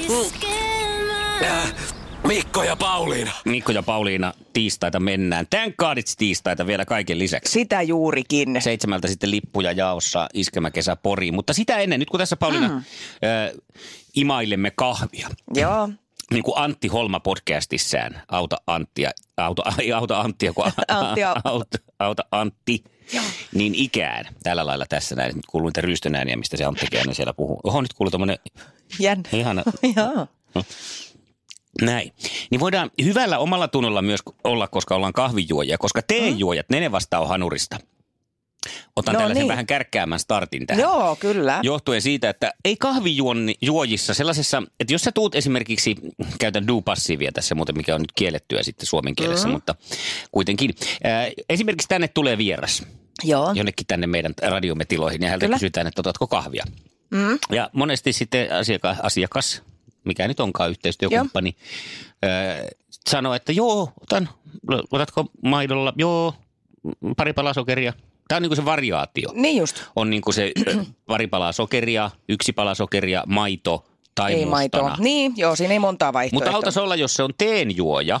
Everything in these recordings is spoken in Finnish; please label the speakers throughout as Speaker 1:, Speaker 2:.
Speaker 1: Iskelmä.
Speaker 2: Äh, Mikko ja Pauliina.
Speaker 3: Mikko ja Pauliina tiistaita mennään. Thank God it's tiistaita vielä kaiken lisäksi.
Speaker 4: Sitä juurikin. Se...
Speaker 3: Seitsemältä sitten lippuja jaossa iskemäkesä Poriin. Mutta sitä ennen, nyt kun tässä Pauliina mm. ö, imailemme kahvia,
Speaker 4: Joo.
Speaker 3: niin kuin Antti Holma podcastissään, Auta Anttia, auta, ei auta Anttia, kun
Speaker 4: Antti au-
Speaker 3: auta, auta Antti, niin ikään. Tällä lailla tässä näin, nyt kuuluu niitä ryystönääniä, mistä se Antti aina siellä puhuu. Oho, nyt kuuluu tommonen
Speaker 4: Jännä.
Speaker 3: ihana
Speaker 4: Joo.
Speaker 3: Näin. Niin voidaan hyvällä omalla tunnolla myös olla, koska ollaan kahvijuojia, koska teenjuojat, ne ne vastaa on hanurista. Otan no
Speaker 4: No
Speaker 3: tällaisen
Speaker 4: niin.
Speaker 3: niin. vähän kärkkäämän startin tähän.
Speaker 4: Joo, kyllä.
Speaker 3: Johtuen siitä, että ei kahvijuojissa sellaisessa, että jos sä tuut esimerkiksi, käytän do-passiivia tässä muuten, mikä on nyt kiellettyä sitten suomen kielessä, mm. mutta kuitenkin. Ää, esimerkiksi tänne tulee vieras
Speaker 4: Joo.
Speaker 3: jonnekin tänne meidän radiomme tiloihin ja häneltä
Speaker 4: Kyllä.
Speaker 3: kysytään, että otatko kahvia. Mm. Ja monesti sitten asiakas, asiakas mikä nyt onkaan yhteistyökumppani, öö, sanoo, että joo, otan, otatko maidolla, joo, m- pari palaa sokeria. Tämä on niin kuin se variaatio.
Speaker 4: Niin just.
Speaker 3: On niin kuin se ö, pari palaa sokeria, yksi pala sokeria, maito tai
Speaker 4: Ei maitoa.
Speaker 3: mustana.
Speaker 4: Niin, joo, siinä ei montaa vaihtoehtoa.
Speaker 3: Mutta autas olla, jos se on teenjuoja,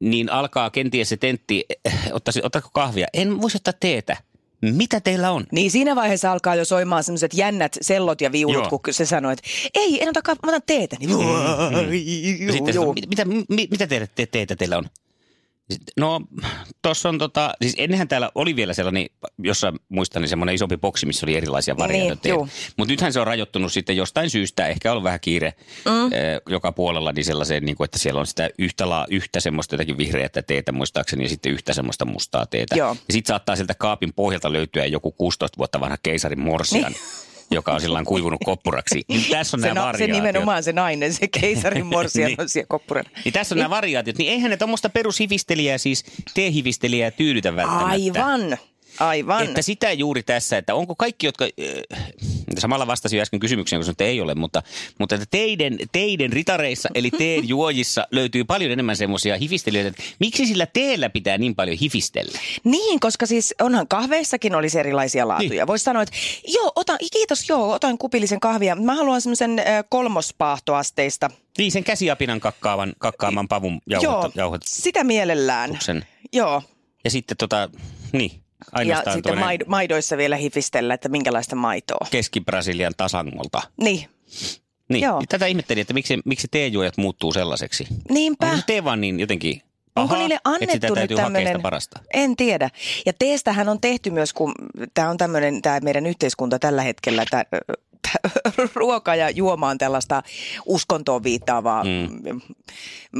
Speaker 3: niin alkaa kenties se tentti, eh, ottaisi, otatko kahvia? En voisi ottaa teetä. Mitä teillä on?
Speaker 4: Niin siinä vaiheessa alkaa jo soimaan semmoiset jännät sellot ja viulut,
Speaker 3: Joo.
Speaker 4: kun se sanoo, että ei, en ota ka- mä otan teetä. Niin,
Speaker 3: Ja
Speaker 4: juu,
Speaker 3: sitten
Speaker 4: juu.
Speaker 3: sanoi, mitä, mi- mitä teitä, te, teitä teillä on? Sitten, No, tuossa on tota, siis ennenhän täällä oli vielä sellainen, jossain muistan, niin semmoinen isompi boksi, missä oli erilaisia variaatioita.
Speaker 4: Niin, juu.
Speaker 3: Mutta nythän se on rajoittunut sitten jostain syystä, ehkä ollut vähän kiire mm. joka puolella, niin sellaiseen, niin kuin, että siellä on sitä yhtä, la, yhtä semmoista jotakin vihreätä teetä muistaakseni ja sitten yhtä semmoista mustaa teetä.
Speaker 4: Joo.
Speaker 3: Ja sitten saattaa sieltä kaapin pohjalta löytyä joku 16 vuotta vanha keisarin morsian. joka on sillä lailla kuivunut koppuraksi. Niin tässä on
Speaker 4: Niin. se,
Speaker 3: nämä
Speaker 4: na- se
Speaker 3: variaatiot.
Speaker 4: nimenomaan se nainen, se keisarin morsian
Speaker 3: Niin.
Speaker 4: on siellä koppurana.
Speaker 3: Niin tässä on nämä variaatiot. Niin eihän ne tuommoista perushivistelijää, siis T-hivistelijää tyydytä välttämättä.
Speaker 4: Aivan, aivan.
Speaker 3: Että sitä juuri tässä, että onko kaikki, jotka... äh, Samalla vastasin jo äsken kysymykseen, kun sanoin, että ei ole, mutta, mutta että teidän, teidän ritareissa, eli teen juojissa, löytyy paljon enemmän semmoisia hifistelijöitä. että Miksi sillä teellä pitää niin paljon hifistellä?
Speaker 4: Niin, koska siis onhan kahveissakin olisi erilaisia laatuja. Niin. Voisi sanoa, että joo, otan, kiitos, joo, otan kupillisen kahvia. mutta Mä haluan semmoisen äh, kolmospaahtoasteista.
Speaker 3: Niin sen käsiapinan kakkaavan, kakkaaman pavun jauhot,
Speaker 4: joo,
Speaker 3: jauhot.
Speaker 4: sitä mielellään.
Speaker 3: Sen.
Speaker 4: Joo,
Speaker 3: Ja sitten tota, niin,
Speaker 4: ja
Speaker 3: ainoastaan
Speaker 4: sitten
Speaker 3: tuonne
Speaker 4: maid- maidoissa vielä hifistellä, että minkälaista maitoa.
Speaker 3: Keski-Brasilian tasangolta.
Speaker 4: Niin,
Speaker 3: Niin,
Speaker 4: Joo.
Speaker 3: niin tätä ihmettelin, että miksi, miksi teejuojat muuttuu sellaiseksi.
Speaker 4: niinpä.
Speaker 3: Onko se tee vaan niin jotenkin?
Speaker 4: Onko
Speaker 3: ahaa,
Speaker 4: niille
Speaker 3: että sitä
Speaker 4: annettu nyt
Speaker 3: täytyy hakea sitä
Speaker 4: tämmöinen?
Speaker 3: parasta.
Speaker 4: En tiedä. Ja teestähän on tehty myös, kun tämä on tämmöinen, tämä meidän yhteiskunta tällä hetkellä, tämä ruoka ja juoma on tällaista uskontoon viittaavaa mm.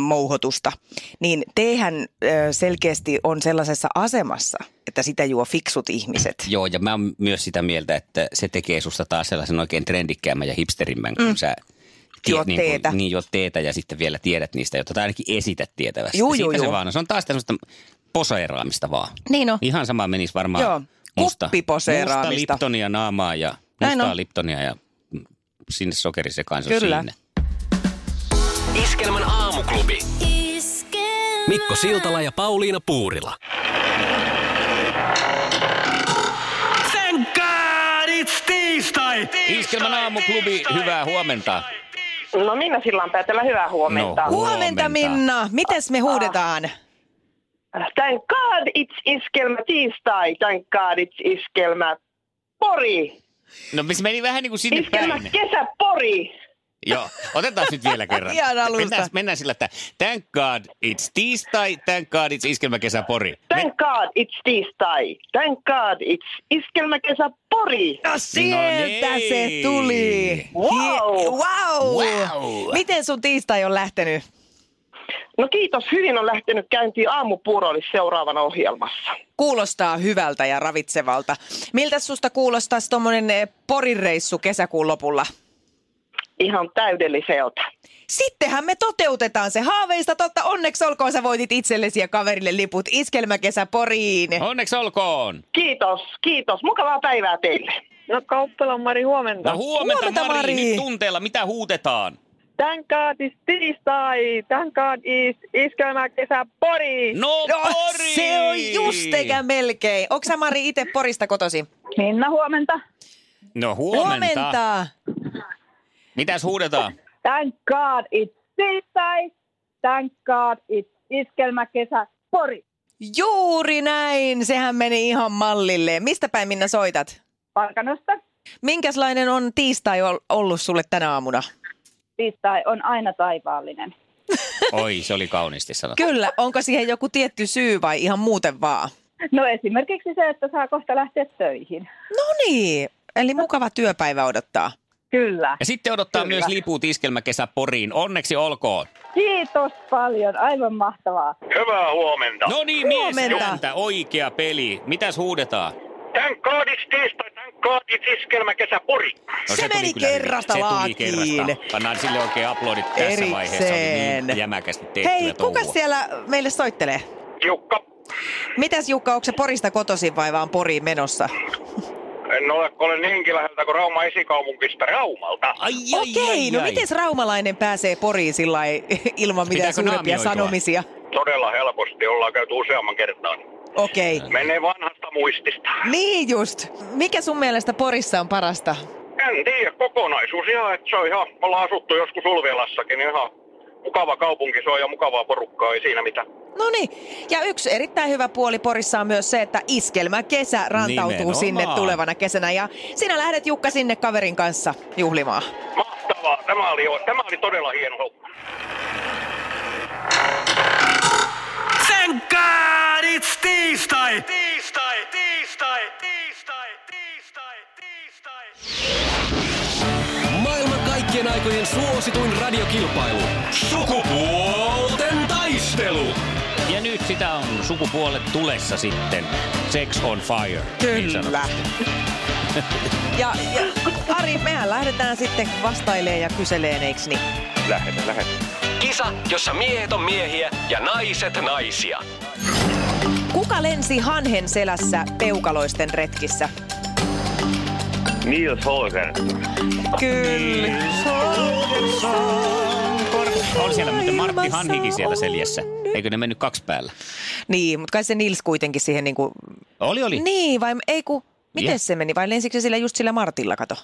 Speaker 4: mouhotusta. Niin teehän ö, selkeästi on sellaisessa asemassa, että sitä juo fiksut ihmiset.
Speaker 3: Joo, ja mä oon myös sitä mieltä, että se tekee susta taas sellaisen oikein trendikkäämmän ja hipsterimmän, kun mm. sä
Speaker 4: Juot
Speaker 3: niin
Speaker 4: teetä.
Speaker 3: Kun, niin, juot teetä ja sitten vielä tiedät niistä, jotta tai ainakin esität tietävästi.
Speaker 4: Juu,
Speaker 3: Siitä
Speaker 4: juu,
Speaker 3: se
Speaker 4: juu.
Speaker 3: vaan on. Se on taas tämmöistä poseeraamista vaan.
Speaker 4: Niin on.
Speaker 3: Ihan sama menisi varmaan
Speaker 4: Joo,
Speaker 3: musta, musta
Speaker 4: kuppiposeeraamista.
Speaker 3: liptonia naamaa ja
Speaker 4: Näin
Speaker 3: mustaa
Speaker 4: on.
Speaker 3: liptonia ja mm, sinne sokerisekaan se
Speaker 4: Kyllä.
Speaker 3: sinne.
Speaker 5: Iskelmän aamuklubi.
Speaker 1: Iskelmä.
Speaker 5: Mikko Siltala ja Pauliina Puurila.
Speaker 2: Thank God it's tiistai!
Speaker 3: Iskelmän aamuklubi, hyvää huomenta.
Speaker 6: No Minna Sillanpäätellä, hyvää huomenta.
Speaker 3: No.
Speaker 6: No.
Speaker 4: Huomenta
Speaker 3: Huomenta. Ah, No
Speaker 4: Minna, mites me huudetaan?
Speaker 6: Thank God it's iskelmä tiistai, thank God it's iskelmä pori.
Speaker 3: No se meni vähän niin kuin sinne
Speaker 6: Iskelmä
Speaker 3: päin.
Speaker 6: kesä pori.
Speaker 3: Joo, otetaan nyt vielä kerran.
Speaker 4: Ihan alusta.
Speaker 3: Mennään, mennään sillä, että thank god it's tiistai, thank god it's iskelmäkesä Pori.
Speaker 4: No
Speaker 6: Thank God it's tiistai, thank God it's iskelmä kesä pori.
Speaker 4: No sieltä
Speaker 3: niin.
Speaker 4: se tuli.
Speaker 6: Wow.
Speaker 4: Hie- wow.
Speaker 3: Wow.
Speaker 4: Miten sun tiistai on lähtenyt?
Speaker 6: No kiitos, hyvin on lähtenyt käyntiin aamupuuroli seuraavana ohjelmassa.
Speaker 4: Kuulostaa hyvältä ja eh, ravitsevalta. Miltä susta kuulostaisi tuommoinen porinreissu kesäkuun lopulla?
Speaker 6: ihan täydelliseltä.
Speaker 4: Sittenhän me toteutetaan se haaveista. Totta, onneksi olkoon sä voitit itsellesi ja kaverille liput iskelmäkesä Poriin.
Speaker 3: Onneksi olkoon.
Speaker 6: Kiitos, kiitos. Mukavaa päivää teille.
Speaker 7: No Kauppalan Mari, huomenta.
Speaker 3: No huomenta,
Speaker 4: Huomenta,
Speaker 3: Mari.
Speaker 4: Mari.
Speaker 3: Nyt tunteella, mitä huutetaan?
Speaker 7: Thank God is tiistai, thank God is iskelmäkesä Pori.
Speaker 3: No,
Speaker 4: No,
Speaker 3: Pori!
Speaker 4: se on just eikä melkein. Onko sä Mari itse Porista kotosi?
Speaker 7: Minna, huomenta.
Speaker 3: No huomenta.
Speaker 4: Huomenta.
Speaker 3: Mitäs huudetaan?
Speaker 7: Thank God it's tiistai, thank God it's iskelmäkesä Pori.
Speaker 4: Juuri näin. Sehän meni ihan mallille. Mistä päin Minna soitat?
Speaker 7: Parkanosta.
Speaker 4: Minkäslainen on tiistai ol- ollut sulle tänä aamuna?
Speaker 7: Tiistai on aina taivaallinen.
Speaker 3: Oi, se oli kauniisti sanottu.
Speaker 4: Kyllä. Onko siihen joku tietty syy vai ihan muuten vaan?
Speaker 7: No esimerkiksi se, että saa kohta lähteä töihin.
Speaker 4: No niin. Eli mukava työpäivä odottaa.
Speaker 7: Kyllä.
Speaker 3: Ja sitten odottaa
Speaker 7: Kyllä.
Speaker 3: myös liput iskelmäkesä Poriin. Onneksi olkoon.
Speaker 7: Kiitos paljon, aivan mahtavaa.
Speaker 8: Hyvää huomenta.
Speaker 3: No niin, mies
Speaker 4: Huomenta.
Speaker 3: ääntä, oikea peli. Mitäs huudetaan?
Speaker 8: Tän kaadits tiistai, tän kaadits iskelmä kesä pori.
Speaker 3: No,
Speaker 4: Se meni
Speaker 3: kyllä hyvin.
Speaker 4: kerrasta
Speaker 3: se tuli
Speaker 4: laakiin.
Speaker 3: kerrasta. Pannaan sille oikein aplodit tässä
Speaker 4: Erikseen.
Speaker 3: vaiheessa. Oli niin jämäkästi tehty
Speaker 4: Hei,
Speaker 3: ja
Speaker 4: kuka
Speaker 3: touhua.
Speaker 4: siellä meille soittelee?
Speaker 8: Jukka,
Speaker 4: Mitäs Jukka, onko se Porista kotoisin vai vaan Poriin menossa?
Speaker 8: en ole kuule niinkin läheltä kuin Rauma esikaupunkista Raumalta.
Speaker 3: Ai, ai,
Speaker 4: Okei,
Speaker 3: ai,
Speaker 4: no
Speaker 3: ai.
Speaker 4: miten raumalainen pääsee Poriin sillä lailla ilman mitään
Speaker 3: Pitääkö
Speaker 4: suurempia
Speaker 3: naamioitua?
Speaker 4: sanomisia?
Speaker 8: Todella helposti, ollaan käyty useamman kertaan.
Speaker 4: Okei.
Speaker 8: Menee vanhasta muistista.
Speaker 4: Niin just. Mikä sun mielestä Porissa on parasta?
Speaker 3: Niin.
Speaker 8: En tiedä, kokonaisuus ihan, että se on ihan, me ollaan asuttu joskus Ulvelassakin, niin ihan mukava kaupunki se on ja mukavaa porukkaa, ei siinä mitään.
Speaker 4: No niin. Ja yksi erittäin hyvä puoli Porissa on myös se, että iskelmä kesä rantautuu
Speaker 3: Nimenomaan.
Speaker 4: sinne tulevana kesänä. Ja sinä lähdet Jukka sinne kaverin kanssa juhlimaan.
Speaker 8: Mahtavaa, tämä oli, tämä oli todella hieno homma.
Speaker 2: Thank God it's tiistai! Tiistai, tiistai, tiistai, tiistai, tiistai.
Speaker 5: Maailman kaikkien aikojen suosituin radiokilpailu. Sukupuolten taistelu.
Speaker 3: Ja nyt sitä on sukupuolet tulessa sitten. Sex on fire. Niin
Speaker 4: Kyllä.
Speaker 3: sanotusti.
Speaker 4: Ja, ja Ari, mehän lähdetään sitten vastailemaan ja kyseleen, eiks niin?
Speaker 8: Lähetään, lähetään.
Speaker 2: Kisa, jossa miehet on miehiä ja naiset naisia.
Speaker 4: Kuka lensi hanhen selässä peukaloisten retkissä?
Speaker 8: Niels Holger.
Speaker 4: Kyllä.
Speaker 3: Niin. On siellä muuten Martti Hanhikin siellä seljässä. Eikö ne mennyt kaksi päällä?
Speaker 4: Niin, mutta kai se Nils kuitenkin siihen niinku...
Speaker 3: Oli, oli.
Speaker 4: Niin, vai ei ku... Miten
Speaker 3: Jep.
Speaker 4: se meni? Vai lensikö se sillä just sillä Martilla, kato?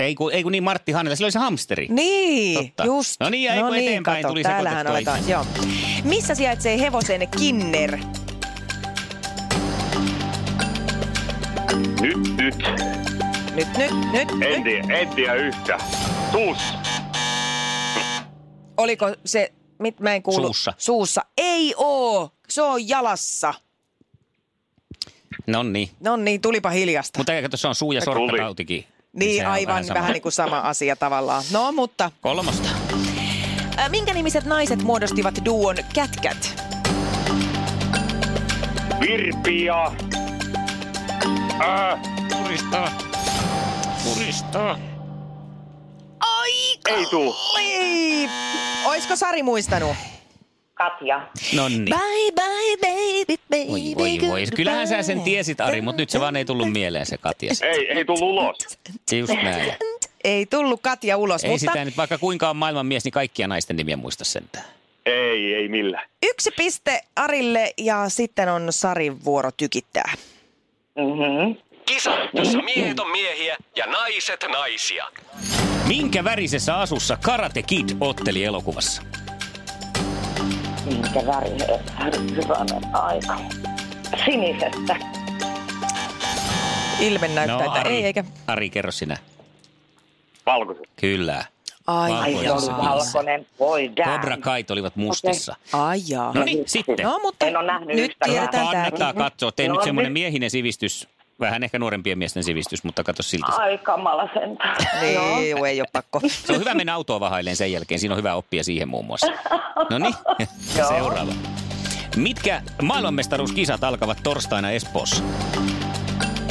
Speaker 3: Ei kun, ei kun niin Martti Hannella, sillä oli se hamsteri.
Speaker 4: Niin,
Speaker 3: Totta.
Speaker 4: just.
Speaker 3: No niin, ja ei kun eteenpäin tuli
Speaker 4: täällähän
Speaker 3: sekoitettua.
Speaker 4: aletaan, joo. Missä sijaitsee hevosen kinner?
Speaker 8: Nyt, nyt.
Speaker 4: Nyt, nyt, nyt,
Speaker 8: En
Speaker 4: nyt.
Speaker 8: tiedä, en tiedä yhtä. Tuus.
Speaker 4: Oliko se... Mit, mä en kuulu.
Speaker 3: Suussa.
Speaker 4: Suussa. Ei oo. Se on jalassa.
Speaker 3: No niin.
Speaker 4: No niin, tulipa hiljasta.
Speaker 3: Mutta kato, se on suu- ja
Speaker 8: Tuli.
Speaker 3: sorkkatautikin.
Speaker 4: niin,
Speaker 3: sehän on
Speaker 4: aivan vähän,
Speaker 3: sama.
Speaker 4: vähän niin kuin sama asia tavallaan. No, mutta...
Speaker 3: Kolmosta.
Speaker 4: Ä, Minkä nimiset naiset muodostivat duon kätkät?
Speaker 8: Virpia. Ää,
Speaker 3: Puristaa. Puristaa.
Speaker 8: ei tuu.
Speaker 4: Oi! Oisko Sari muistanut?
Speaker 6: Katja.
Speaker 3: No niin.
Speaker 1: Bye bye baby baby.
Speaker 3: Voi, voi, voi.
Speaker 1: goodbye.
Speaker 3: Kyllähän sä sen tiesit, Ari, mutta nyt se vaan ei tullut mieleen se Katja.
Speaker 8: Ei, ei tullut ulos.
Speaker 3: Just näin.
Speaker 4: Ei tullut Katja ulos,
Speaker 3: Ei
Speaker 4: mutta
Speaker 3: sitä nyt, vaikka kuinka on maailman mies, niin kaikkia naisten nimiä muista sentään.
Speaker 8: Ei, ei millään.
Speaker 4: yksi piste Arille ja sitten on Sarin vuoro tykittää.
Speaker 6: Mm-hmm.
Speaker 2: Kisa, jossa miehet on miehiä ja naiset naisia.
Speaker 3: Minkä värisessä asussa Karate Kid otteli elokuvassa?
Speaker 6: Minkä värinen hyvänen aika. Sinisestä.
Speaker 4: Ilme näyttää, että ei eikä.
Speaker 3: No, Ari, kerro sinä.
Speaker 8: Valkoiset.
Speaker 3: Kyllä.
Speaker 4: Ai,
Speaker 3: Valkoinen
Speaker 6: Ai, se oli
Speaker 3: sinissä.
Speaker 6: valkoinen. Voi damn.
Speaker 3: Cobra Kait olivat mustissa.
Speaker 4: Ai jaa.
Speaker 3: No niin, sitten.
Speaker 4: No, mutta
Speaker 6: En oo nähnyt
Speaker 4: nyt
Speaker 6: yhtään.
Speaker 4: tiedetään
Speaker 3: Kannattaa
Speaker 4: tämäkin.
Speaker 3: katsoa. Tein
Speaker 6: No
Speaker 3: nyt
Speaker 6: nyt.
Speaker 3: semmoinen miehinen sivistys. Vähän ehkä nuorempien miesten sivistys, mutta katso silti.
Speaker 6: Ai kamala sentään.
Speaker 4: Ei, joo, Niin, ei ole pakko.
Speaker 3: Se on hyvä mennä autoa vahaileen sen jälkeen. Siinä on hyvä oppia siihen muun muassa. No niin,
Speaker 6: Joo.
Speaker 3: seuraava. Mitkä maailmanmestaruuskisat alkavat torstaina Espoossa?
Speaker 6: No,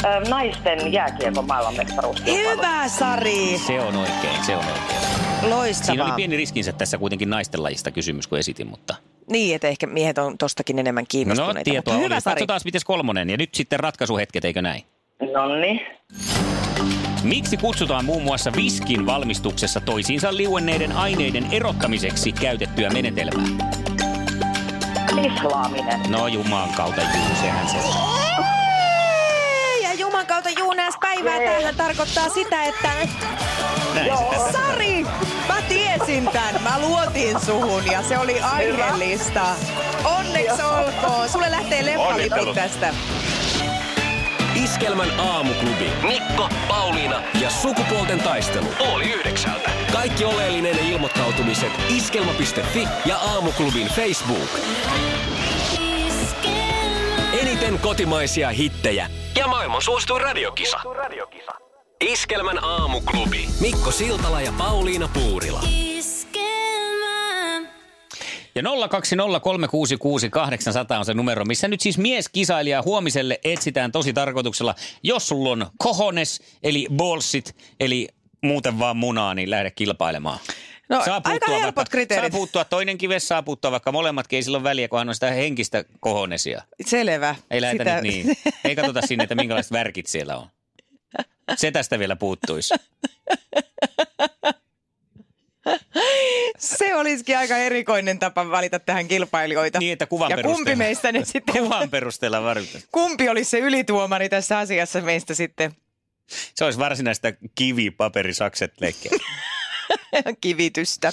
Speaker 6: Ö, Naisten jääkiekon maailmanmestaruuskilpailu.
Speaker 4: Hyvä, Sari!
Speaker 3: Se on oikein, se on oikein.
Speaker 4: Loistavaa.
Speaker 3: Siinä oli pieni riskinsä tässä kuitenkin naisten lajista kysymys, kun esitin, mutta...
Speaker 4: Niin, että ehkä miehet on tostakin enemmän
Speaker 3: No,
Speaker 4: kiinnostuneita.
Speaker 3: tietoa
Speaker 4: mutta
Speaker 3: oli.
Speaker 4: hyvä Sari.
Speaker 3: Katsotaan, miten kolmonen. Ja nyt sitten ratkaisuhetket, eikö näin?
Speaker 6: No niin.
Speaker 3: Miksi kutsutaan muun muassa viskin valmistuksessa toisiinsa liuenneiden aineiden erottamiseksi käytettyä menetelmää?
Speaker 6: Islaaminen.
Speaker 3: No juman kautta juu, sehän se on.
Speaker 4: Ei, Ja Juman kautta Juunäs päivää. Tämähän tarkoittaa sitä, että
Speaker 3: Näin se tässä.
Speaker 4: Sari, mä tiesin tän. Mä luotin suhun ja se oli aiheellista. Onneksi olkoon. Sulle lähtee leffaliput
Speaker 8: Onnittelut.
Speaker 4: tästä.
Speaker 5: Iskelmän aamuklubi.
Speaker 2: Mikko, Pauliina
Speaker 5: ja sukupuolten taistelu.
Speaker 2: oli yhdeksältä.
Speaker 5: Kaikki oleellinen ilmoittautumiset iskelma.fi ja aamuklubin Facebook. Eniten kotimaisia hittejä.
Speaker 2: Ja maailman suosituin radiokisa. Iskelmän aamuklubi.
Speaker 5: Mikko Siltala ja Pauliina Puurila.
Speaker 3: Ja 020366800 on se numero, missä nyt siis mieskisailija huomiselle etsitään tosi tarkoituksella. Jos sulla on kohones, eli bolsit, eli muuten vaan munaa, niin lähde kilpailemaan.
Speaker 4: No, aika helpot
Speaker 3: vaikka,
Speaker 4: kriteerit.
Speaker 3: Saa puuttua toinen kives, saa puuttua vaikka molemmatkin, ei silloin väliä, kunhan on sitä henkistä kohonesia.
Speaker 4: Selvä.
Speaker 3: Ei lähetä nyt niin. Ei katsota sinne, että minkälaiset värkit siellä on. Se tästä vielä puuttuisi.
Speaker 4: Se olisikin aika erikoinen tapa valita tähän kilpailijoita.
Speaker 3: Niin, että kuvan
Speaker 4: No. ja kumpi
Speaker 3: perusteella.
Speaker 4: meistä nyt sitten,
Speaker 3: Kuvan perusteella varmasti.
Speaker 4: kumpi olisi se ylituomari tässä asiassa meistä sitten?
Speaker 3: Se olisi varsinaista kivi, paperi, sakset leikkiä.
Speaker 4: Kivitystä.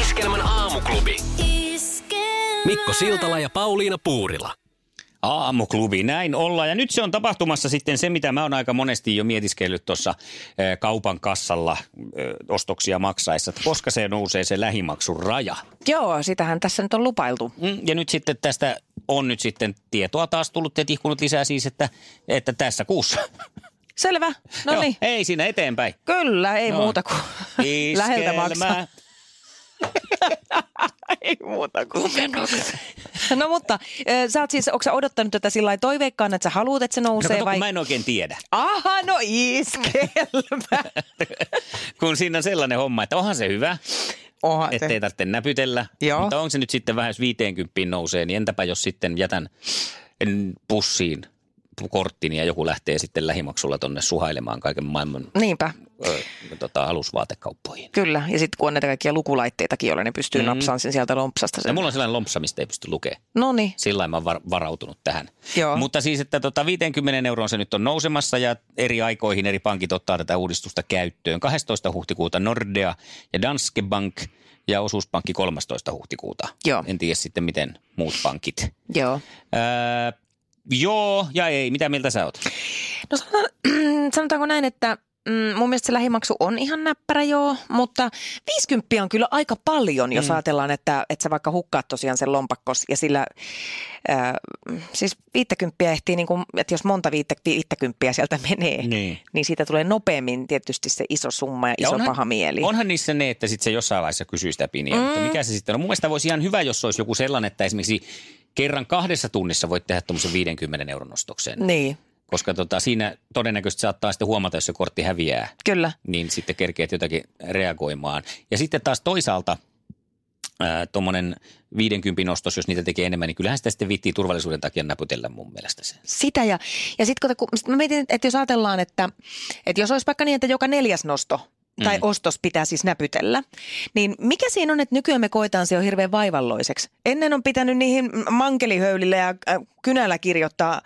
Speaker 2: Iskelmän aamuklubi.
Speaker 5: Mikko Siltala ja Pauliina Puurila.
Speaker 3: Aamuklubi, näin ollaan. Ja nyt se on tapahtumassa sitten se, mitä mä oon aika monesti jo mietiskellyt tuossa eh, kaupan kassalla eh, ostoksia maksaessa, että koska se nousee se lähimaksun raja.
Speaker 4: Joo, sitähän tässä nyt on lupailtu.
Speaker 3: Mm, Ja nyt sitten tästä on nyt sitten tietoa taas tullut ja tihkunut lisää siis, että, että tässä kuussa.
Speaker 4: Selvä. No
Speaker 3: Joo,
Speaker 4: niin.
Speaker 3: Ei siinä eteenpäin.
Speaker 4: Kyllä, ei
Speaker 3: No.
Speaker 4: muuta kuin läheltä maksaa.
Speaker 3: Iskelmää.
Speaker 4: Ei muuta kuin No mutta, ö, sä oot siis, onko sä odottanut tätä sillä lailla toiveikkaana, että sä haluat, että se
Speaker 3: No
Speaker 4: nousee
Speaker 3: kato,
Speaker 4: vai?
Speaker 3: kun mä en oikein tiedä.
Speaker 4: Aha, no iskelmä.
Speaker 3: Kun siinä on sellainen homma, että onhan se hyvä,
Speaker 4: Oha,
Speaker 3: ettei tarvitse näpytellä.
Speaker 4: Joo.
Speaker 3: Mutta onko se nyt sitten vähän, jos 50 nousee, niin entäpä jos sitten jätän en, pussiin korttini ja joku lähtee sitten lähimaksulla tonne suhailemaan kaiken maailman
Speaker 4: Niinpä,
Speaker 3: ö, tota, alusvaatekauppoihin.
Speaker 4: kyllä. Ja sitten kun on näitä kaikkia lukulaitteitakin, joilla ne pystyy mm. No napsaan sen sieltä lompsasta.
Speaker 3: Ja
Speaker 4: Sen.
Speaker 3: No, mulla on sellainen lompsa, mistä ei pysty lukemaan.
Speaker 4: No niin,
Speaker 3: Sillä lailla mä oon var- varautunut tähän.
Speaker 4: Joo.
Speaker 3: Mutta siis, että tota 50 euroon se nyt on nousemassa ja eri aikoihin eri pankit ottaa tätä uudistusta käyttöön. 12. huhtikuuta Nordea ja Danske Bank ja osuuspankki 13. huhtikuuta.
Speaker 4: Joo.
Speaker 3: En tiedä sitten, miten muut pankit.
Speaker 4: joo.
Speaker 3: Öö, joo ja ei. Mitä mieltä sä oot?
Speaker 4: No sanotaan, sanotaanko näin, että mm, mun mielestä se lähimaksu on ihan näppärä joo, mutta 50 on kyllä aika paljon, jos mm. ajatellaan, että, että sä vaikka hukkaat tosiaan sen lompakkos ja sillä, ää, siis 50 ehtii, niin kuin, että jos monta viittä, 50 sieltä menee,
Speaker 3: Niin.
Speaker 4: niin siitä tulee nopeammin tietysti se iso summa ja,
Speaker 3: Ja
Speaker 4: iso paha mieli.
Speaker 3: Onhan niissä ne, että sitten se jossain vaiheessa kysyy sitä piniä, mm. mutta mikä se sitten on? Mun mielestä voisi ihan hyvä, jos olisi joku sellainen, että esimerkiksi kerran kahdessa tunnissa voit tehdä tuommoisen 50 euron ostoksen.
Speaker 4: Niin,
Speaker 3: koska tota, siinä todennäköisesti saattaa sitten huomata, jos se kortti häviää,
Speaker 4: kyllä.
Speaker 3: niin sitten kerkeet jotakin reagoimaan. Ja sitten taas toisaalta öö, tuommoinen 50 nostos, jos niitä tekee enemmän, niin kyllähän sitä sitten viittii turvallisuuden takia näpytellä mun mielestä se.
Speaker 4: Sitä ja, ja sitten kun sit mä mietin, että jos ajatellaan, että, että jos olisi vaikka niin, että joka neljäs nosto tai mm. ostos pitää siis näpytellä, niin mikä siinä on, että nykyään me koetaan se jo hirveän vaivalloiseksi? Ennen on pitänyt niihin mankelihöylillä ja äh, kynällä kirjoittaa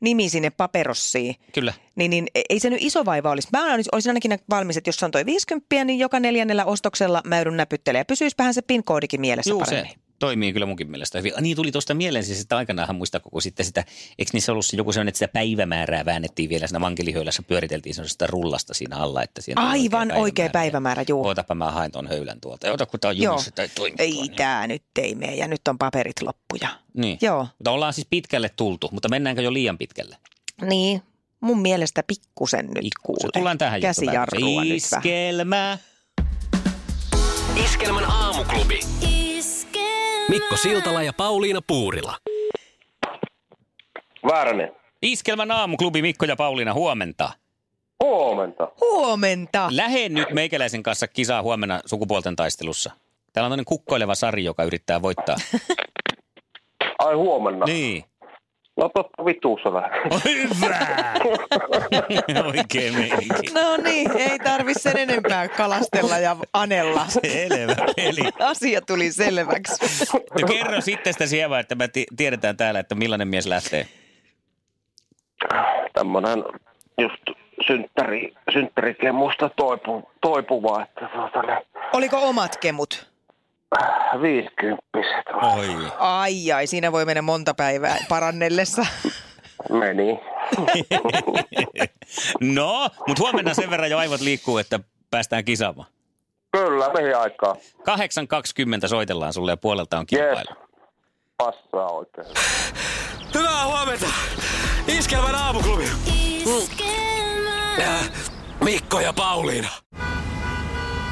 Speaker 4: nimi sinne paperossiin.
Speaker 3: Kyllä.
Speaker 4: Niin, niin ei se nyt iso vaiva olisi. Mä olisin- olisin ainakin valmis, että jos se on toi 50, niin joka neljännellä ostoksella mä joudun näpyttelemään. Pysyisipähän se PIN-koodikin mielessä
Speaker 3: Juu, se
Speaker 4: paremmin.
Speaker 3: toimii kyllä munkin mielestä hyvin. Ah, Niin tuli tuosta mieleen siis, että aikanaan muistako, kun sitten sitä, eikö niissä ollut se joku sellainen, että sitä päivämäärää väännettiin vielä siinä mankelihöylässä, pyöriteltiin sellaisesta rullasta siinä alla, että siinä oli
Speaker 4: Aivan oikea päivämäärä, juu.
Speaker 3: Ootapa mä haen tuon höylän tuolta. Ja Ota kun tää on
Speaker 4: Joo.
Speaker 3: junassa tai toimii.
Speaker 4: Ei tää nyt ei mene ja nyt on paperit loppuja.
Speaker 3: Niin.
Speaker 4: Joo.
Speaker 3: Mutta ollaan siis pitkälle tultu, mutta mennäänkö jo liian pitkälle?
Speaker 4: Niin, mun mielestä pikkusen nyt
Speaker 3: Se
Speaker 4: kuule.
Speaker 3: tullaan tähän
Speaker 4: Käsijarrua nyt vähän.
Speaker 3: Iskelmä.
Speaker 2: Iskelmän aamuklubi.
Speaker 5: Mikko Siltala ja Pauliina Puurila.
Speaker 8: Vääränne.
Speaker 3: Iskelmän aamuklubi Mikko ja Pauliina, huomenta.
Speaker 8: Huomenta.
Speaker 4: Huomenta.
Speaker 3: Lähen nyt meikäläisen kanssa kisaa huomenna sukupuolten taistelussa. Täällä on tämmöinen kukkoileva Sari, joka yrittää voittaa.
Speaker 8: Ai huomenna.
Speaker 3: Niin.
Speaker 8: No totta vituussa vähän.
Speaker 3: Oi hyvä! Oikein meininki.
Speaker 4: No niin, ei tarvi sen enempää kalastella ja anella.
Speaker 3: Selvä peli.
Speaker 4: Asia tuli selväksi.
Speaker 3: No kerro sitten sitä sievaa, että me ti- tiedetään täällä, että millainen mies lähtee.
Speaker 8: Tämmönen just synttäri, synttärikemusta toipu, toipuva, että tuota, ne
Speaker 4: Oliko omat kemut?
Speaker 8: viisikymppiset
Speaker 3: Oi.
Speaker 4: Ai ai, siinä voi mennä monta päivää parannellessa.
Speaker 8: meni.
Speaker 3: No, mutta huomenna sen verran jo aivot liikkuu, että päästään kisaamaan.
Speaker 8: Kyllä, mihin aikaa.
Speaker 3: 8.20 soitellaan sulle ja puolelta on
Speaker 8: Jees.
Speaker 3: kilpailu.
Speaker 8: Passaa oikein.
Speaker 5: Hyvää huomenta! Iskelmän aamuklubi! Äh, Mikko ja Pauliina.